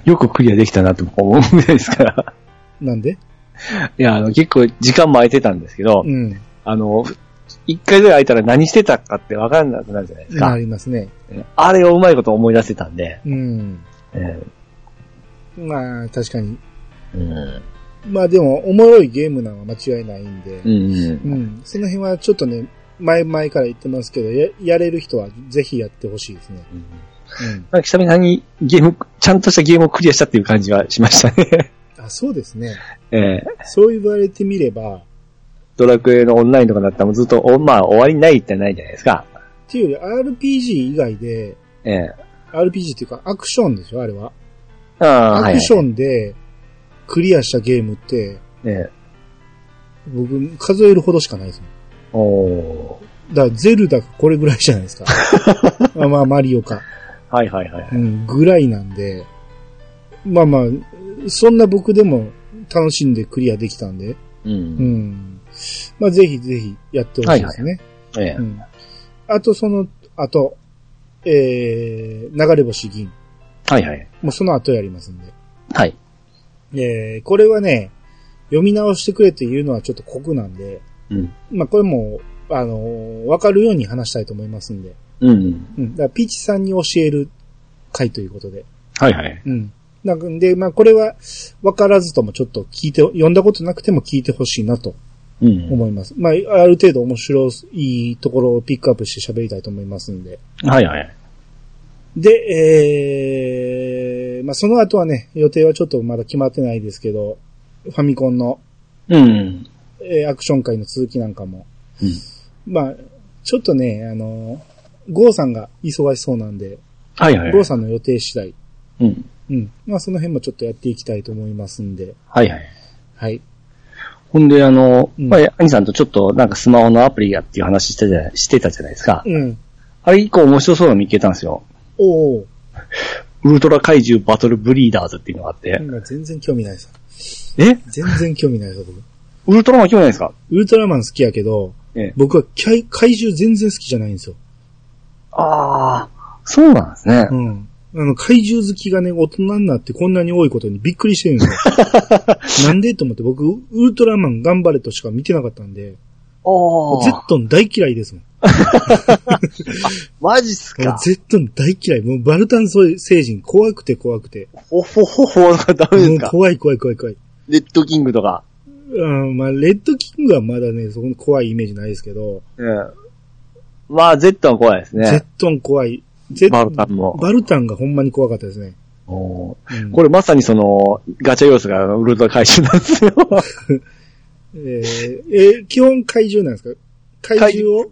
よくクリアできたなと思うんですから。なんでいや、あの、結構時間も空いてたんですけど、うん、あの、一回ぐらい空いたら何してたかってわかんなくなるじゃないですあか。りますね。あれをうまいこと思い出せたんで。うん。えまあ、確かに。ーうん。まあでも、おもろいゲームなのは間違いないんで、うん。うん、その辺はちょっとね、前々から言ってますけど、ややれる人はぜひやってほしいですね。うん。なんか久々にゲーム、ちゃんとしたゲームをクリアしたっていう感じはしました ね。あ、そうですね。ええそう言われてみれば、ドラクエのオンラインとかだったらもうずっと、おまあ、終わりないってないじゃないですか。っていうより RPG 以外で、ええ RPG っていうかアクションでしょあれは。ああ、はアいクションでクリアしたゲームって、ええ僕数えるほどしかないですもんおー。だからゼルダかこれぐらいじゃない ですか。まあ、マリオか。はいはいはいはうい。ん、ぐらいなんで、まあまあ、そんな僕でも楽しんでクリアできたんで、うう。んん。まあ、ぜひぜひやってほしいですね。ええうん。あと、その、あと、えー、流れ星銀。はいはい。もうその後やりますんで。はい。えー、これはね、読み直してくれっていうのはちょっと酷なんで、うん。まあ、これも、あのーわかるように話したいと思いますんで。うん。うん。だから、ピーチさんに教える回ということで。はいはい。うん。なんで、まあ、これは、わからずともちょっと聞いて、読んだことなくても聞いてほしいなとうん。思います。まあ、ある程度面白いところをピックアップして喋りたいと思いますんで。はいはい。で、えー、まあ、その後はね、予定はちょっとまだ決まってないですけど、ファミコンの、うん。えーアクション会の続きなんかも。うんまあ、ちょっとね、あのー、ゴーさんが忙しそうなんで、はいはいゴー。さんの予定次第。うん。うん。まあ、その辺もちょっとやっていきたいと思いますんで。はいはい。はい。ほんで、あの、うんまあ、兄さんとちょっとなんかスマホのアプリやっていう話してたしてたじゃないですか。うん。あれ一個面白そうなの見つけたんですよ。おお、ウルトラ怪獣バトルブリーダーズっていうのがあって。今全然興味ないさ。え全然興味ない さ、僕。ウルトラマン興味ないですかウルトラマン好きやけど、ええ。僕は怪怪獣全然好きじゃないんですよ。ああ、そうなんですね。うん。あの、怪獣好きがね、大人になってこんなに多いことにびっくりしてるん ですよ。なんでと思って僕、ウルトラマン頑張れとしか見てなかったんで、おゼットン大嫌いですもん。マジっすもうかゼットン大嫌い。もうバルタン星人怖くて怖くて。ほほほほがダメでもすうか怖い怖い怖い怖い。レッドキングとか。うん、まあ、レッドキングはまだね、そこの怖いイメージないですけど、うん。まあ、ゼットは怖いですゼッね。トン怖い。ゼッバルタンも。バルタンがほんまに怖かったですね。おーうんこれまさにその、ガチャ要素がウルトラ怪獣なんですよ。えーえー基本怪獣なんですか怪獣を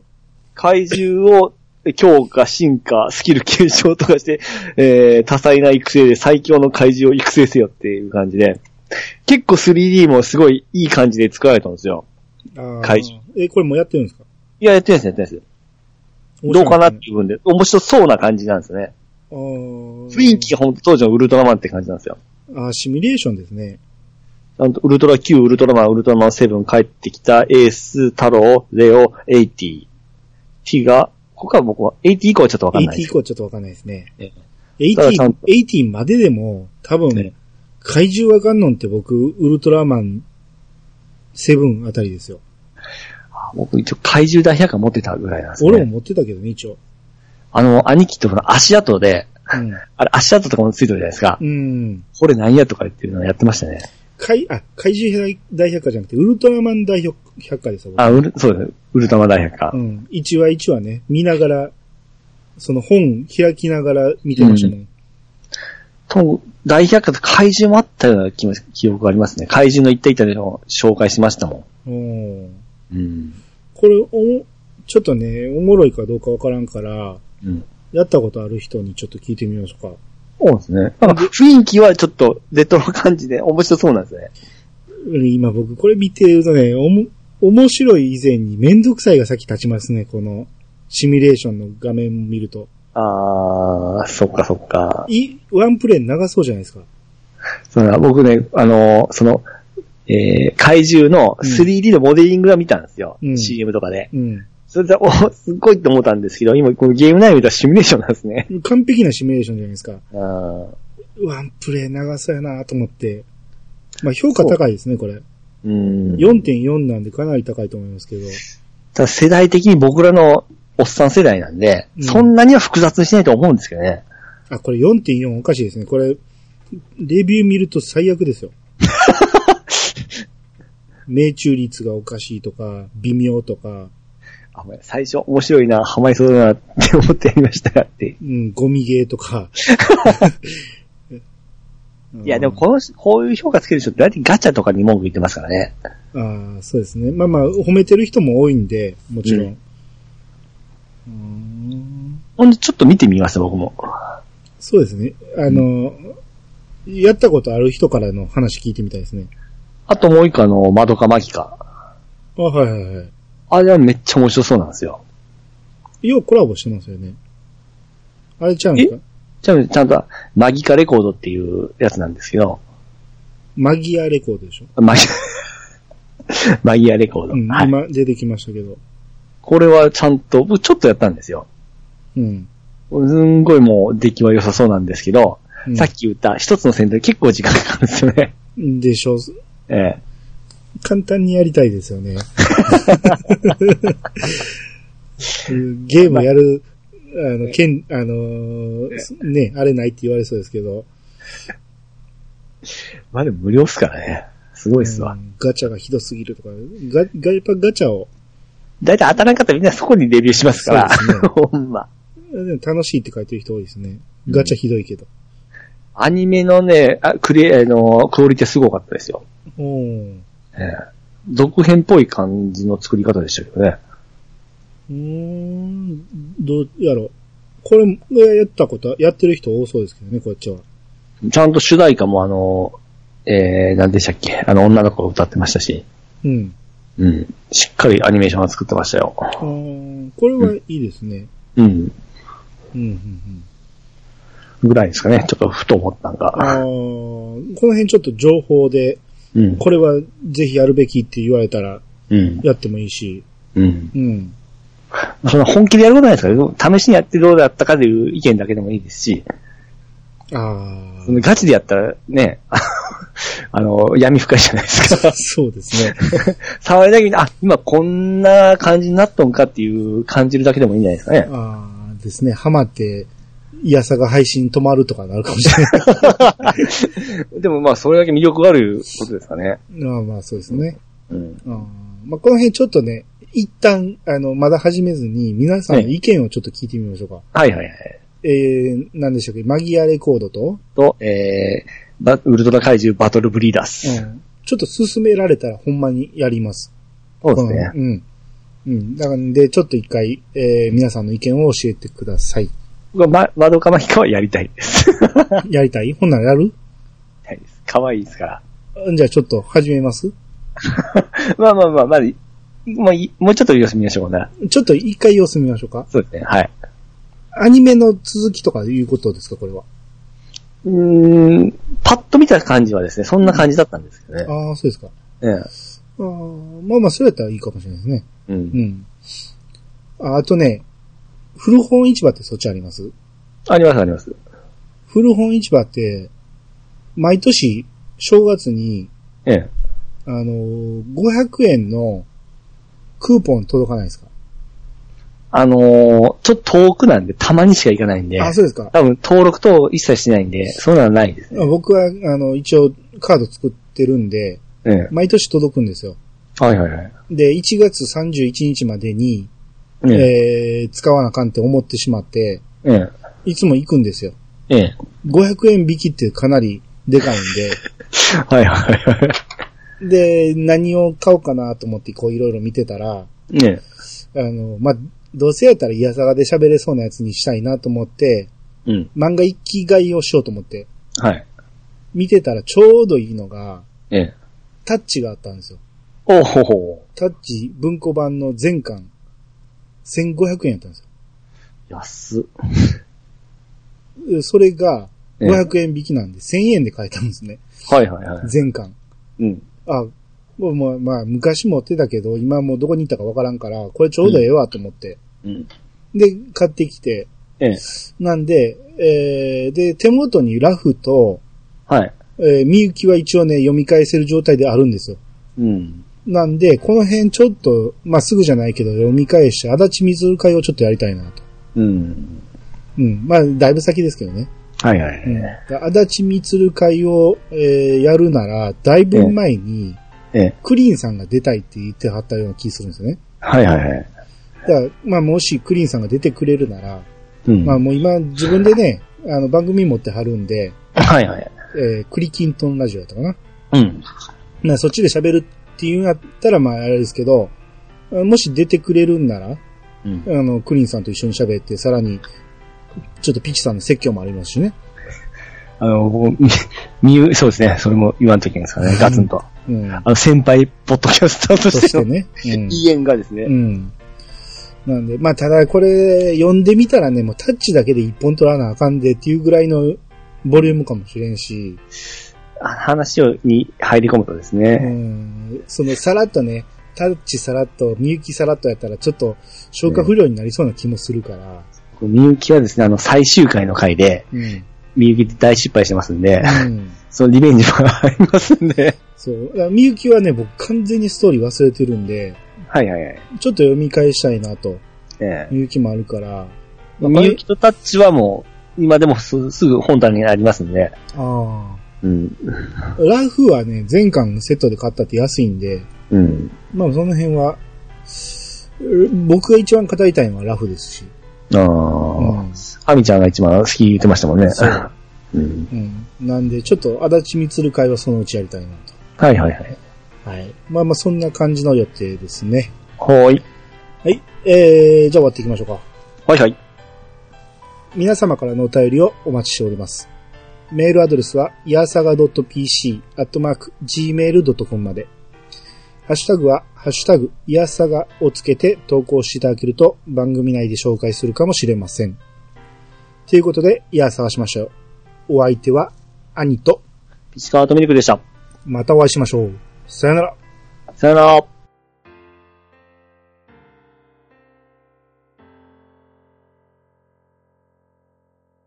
怪獣を強化、進化、スキル継承とかして、 えー、多彩な育成で最強の怪獣を育成せよっていう感じで、結構 3D もすごいいい感じで作られたんですよ。あー怪獣。えーこれもうやってるんですかいや、やってないです、やってないです。どうかなっていう部分で、面白そうな感じなんですよね。雰囲気がほんと当時のウルトラマンって感じなんですよ。あーシミュレーションですね。なんとウルトラ Q、ウルトラマン、ウルトラマン7帰ってきた、エース、太郎、レオ、80。T が、ここは僕は、80以降はちょっとわかんな80いで以す。降ちょっとわかんないですね。えただちゃ80んと、 80まででも、多分ね、怪獣わかんのんって僕、ウルトラマン7あたりですよ。あ僕一応怪獣大百科持ってたぐらいなんですね。俺も持ってたけどね、一応。あの、兄貴とこの足跡で、うん。あれ足跡とかもついてるじゃないですか。うん。これなんやとか言ってるのやってましたね。怪、あ、怪獣大百科じゃなくて、ウルトラマン大百科ですよ、僕あ、ウル、そうです。ウルトラマン大百科。うん。一話一話ね、見ながら、その本開きながら見てましたもん。と、大百科と怪獣もあったような気も記憶がありますね。怪獣の一体一体の紹介しましたもおーん。うん。これお、ちょっとね、おもろいかどうかわからんから、うん。やったことある人にちょっと聞いてみましょうか。そうですね。なんか雰囲気はちょっとレトロ感じで 面白そうなんですね。今僕これ見てるとね、おも、面白い以前にめんどくさいが先立ちますね、このシミュレーションの画面を見ると。あー、そっかそっか。い、ワンプレイ長そうじゃないですか。そうだ僕ね、あの、その、えー、怪獣の 3D のモデリングが見たんですよ。うん CM とかで。うん。それで、お、すっごいって思ったんですけど、今このゲーム内容ではシミュレーションなんですね。完璧なシミュレーションじゃないですか。あーワンプレイ長そうやなと思って。まあ評価高いですね、これ。うん。 4.4なんでかなり高いと思いますけど。ただ世代的に僕らのおっさん世代なんで、うんそんなには複雑にしないと思うんですけどね。あ、これ4.4おかしいですね。これ、レビュー見ると最悪ですよ。命中率がおかしいとか、微妙とか、あ、ごめん最初面白いな、ハマりそうだなって思ってやりましたがって。うん、ゴミゲーとか。 いや、でもこの、こういう評価つける人って大体ガチャとかに文句言ってますからね。ああ、そうですね。まあまあ、褒めてる人も多いんで、もちろん。うーんほんで、ちょっと見てみます、僕も。そうですね。あの、やったことある人からの話聞いてみたいですね。あともう一個あの、マドカマキカ。あ、はいはいはい。あれはめっちゃ面白そうなんですよ。ようコラボしてますよね。あれちゃうんですかちなみにちゃんと、マギカレコードっていうやつなんですけど、マギアレコードでしょマギ、 マギアレコード。うん、はい。今出てきましたけど。これはちゃんと、僕ちょっとやったんですよ。うん。すんごいもう出来は良さそうなんですけど、うんさっき言った一つの戦闘に結構時間かかるんですよね。 でしょええ。簡単にやりたいですよね。ゲームやる、あの、けん、あのーね、あれないって言われそうですけど、まあでも無料っすからね。すごいっすうわ。んガチャがひどすぎるとか、ガ、ガやっぱガチャをだいたい当たらんかったらみんなそこにレビューしますから。そうですね ほんま。うん楽しいって書いてる人多いですね。ガチャひどいけど。アニメのね、あクリエ、あの、クオリティすごかったですよ。うん。ええ。続編っぽい感じの作り方でしたけどね。うーん、どうやろう。これ、やったこと、やってる人多そうですけどね、こっちは。ちゃんと主題歌もあの、えー、なんでしたっけあの、女の子が歌ってましたし。うん。うん。しっかりアニメーションが作ってましたよ。あーこれはいいですね。うん。うん、うん、うん。ぐらいですかね。ちょっとふと思ったんああが。ーこの辺ちょっと情報で、うん。これはぜひやるべきって言われたらうん。やってもいいし、うん。うん。その本気でやることないですからね、試しにやってどうだったかという意見だけでもいいですし、あそのガチでやったらね、あの、闇深いじゃないですあか。、そうですね。触りだけに、あ、今こんな感じになっとんかっていう感じるだけでもいいんじゃないですかね。ああ、ですね。ハマって、イヤサが配信止まるとかなるかもしれない。 でもまあ、それだけ魅力があることですかね。まあまあ、そうですね。うん。あーまあ、この辺ちょっとね、一旦、あの、まだ始めずに、皆さんの意見をちょっと聞いてみましょうか。はいはいはい。えー、何でしたっけ、マギアレコードと、と、えー、バウルトラ怪獣バトルブリーダーうス。ん、ちょっと勧められたらほんまにやります。そうですね。うん。うん。だから、で、ちょっと一回、えー、皆さんの意見を教えてくだ さい。僕はま、マドカマヒカはやりたいです。ややりたいほんならやるりたいです可愛いです から。じゃあちょっと始めますまあまあまあ、まあ、もうい、もうちょっと様子見ましょうかね。ちょっと一回様子見ましょうか。そうですね。はい。アニメの続きとかいうことですか、これは。うーん、パッと見た感じはですね、そんな感じだったんですけどね。ああ、そうですか。えあーまあまあ、それやったらいいかもしれないですね。えうん。うん。ああとね、古本市場ってそっちありますありますあります。古本市場って、毎年、正月に、ええ。あのー500円のクーポン届かないですか、あのーちょっと遠くなんで、たまにしか行かないんで、あ、そうですか。多分登録等一切しないんで、そういうのはないですね。僕は、あの、一応カード作ってるんで、ええ。毎年届くんですよ。はいはいはい。で、1月31日までに、ええ。えー使わなあかんって思ってしまって、ええ。いつも行くんですよ。ええ。 500円引きってかなりでかいんはいはいはで、で、何を買おうかなと思ってこういろいろ見てたら、あい。ねの、まあ、どうせやったらイヤサガで喋れそうなやつにしたいなと思って、え。うん。漫画一気買いをしようと思って、はい。見てたらちょうどいいのが、ええ。タッチがあったんですよ。おほほ。タッチ文庫版の全巻、1500円やったんです安っ。よ。それが、ええ500円引きなんで、1000円で買えたんですね。はいはいは全巻。い。うん。あ、もう、もうまあ、昔持ってたけど、今もうどこに行ったかわからんから、これちょうどええわと思って。うん。で、買ってきて、ええ。なんで、えー、で、手元にラフと、はい。えー、みゆきは一応ね、読み返せる状態であるんですよ。うん。なんで、この辺ちょっと、まあ、すぐじゃないけど、読み返して、足立みずる会をちょっとやりたいなと。うん。うん。まあ、だいぶ先ですけどね。はいはいうん。はだ足立みずる会を、えー、やるなら、だいぶ前に、い。ええ。クリーンさんが出たいって言ってはったような気するんですよね。はいはいはい。だから、まあ、もしクリーンさんが出てくれるなら、うん。まあ、もう今、自分でね、あの、番組持ってはるんで、はいはい。えー、クリキントンラジオやったかな。うん。まあ、そっちで喋るっていうんやったら、まあ、あれですけど、あもし出てくれるんなら、あうん。の、クリーンさんと一緒に喋って、さらに、ちょっとピチさんの説教もありますしね。あの、僕、み、みゆ、そうですね。それも言わんといけないですからね。ガツンと。うん。 あの、先輩、ポッドキャスターとそししてての、ね。うんいい縁がですね、うん。なんで、まあ、ただこれ、読んでみたらね、もうタッチだけで一本取らなあかんでっていうぐらいのボリュームかもしれんし、あ話をに入り込むとですうね、ん、そのさらっとね、タッチさらっと、みゆきさらっとやったらちょっと消化不良になりそうな気もするから、みゆきはですね、あの、最終回の回で、うん。みゆきって大失敗してますんで、うん。そのリベンジもありますんで、そう。だからみゆきはね、僕完全にストーリー忘れてるんで、はいはいはい。ちょっと読み返したいなと、ええみゆきもあるから、まあみゆきとタッチはもう、今でもすすぐ本棚にありますんで、あうん。あ。ラフはね、全巻セットで買ったって安いんで、うん。まあその辺は、う僕が一番語りたいのはラフですし。ああ、うん。アミちゃんが一番好き言ってましたもんね。そう。うん。うん。なんで、ちょっと足立みつる会はそのうちやりたいなはいはいはい。と。はい。まあまあそんな感じの予定ですね。ほーい。はい。えー、じゃあ終わっていきましょうか。はいはい。皆様からのお便りをお待ちしております。メールアドレスは、いやさが .pc、アットマーク、gmail.com まで。ハッシュタグは、ハッシュタグ、いやさがをつけて投稿していただけると、番組内で紹介するかもしれません。ということで、いや探しましょう。お相手は、兄と、ピチカートミルクでした。またお会いしましょう。さよなら。さよなら。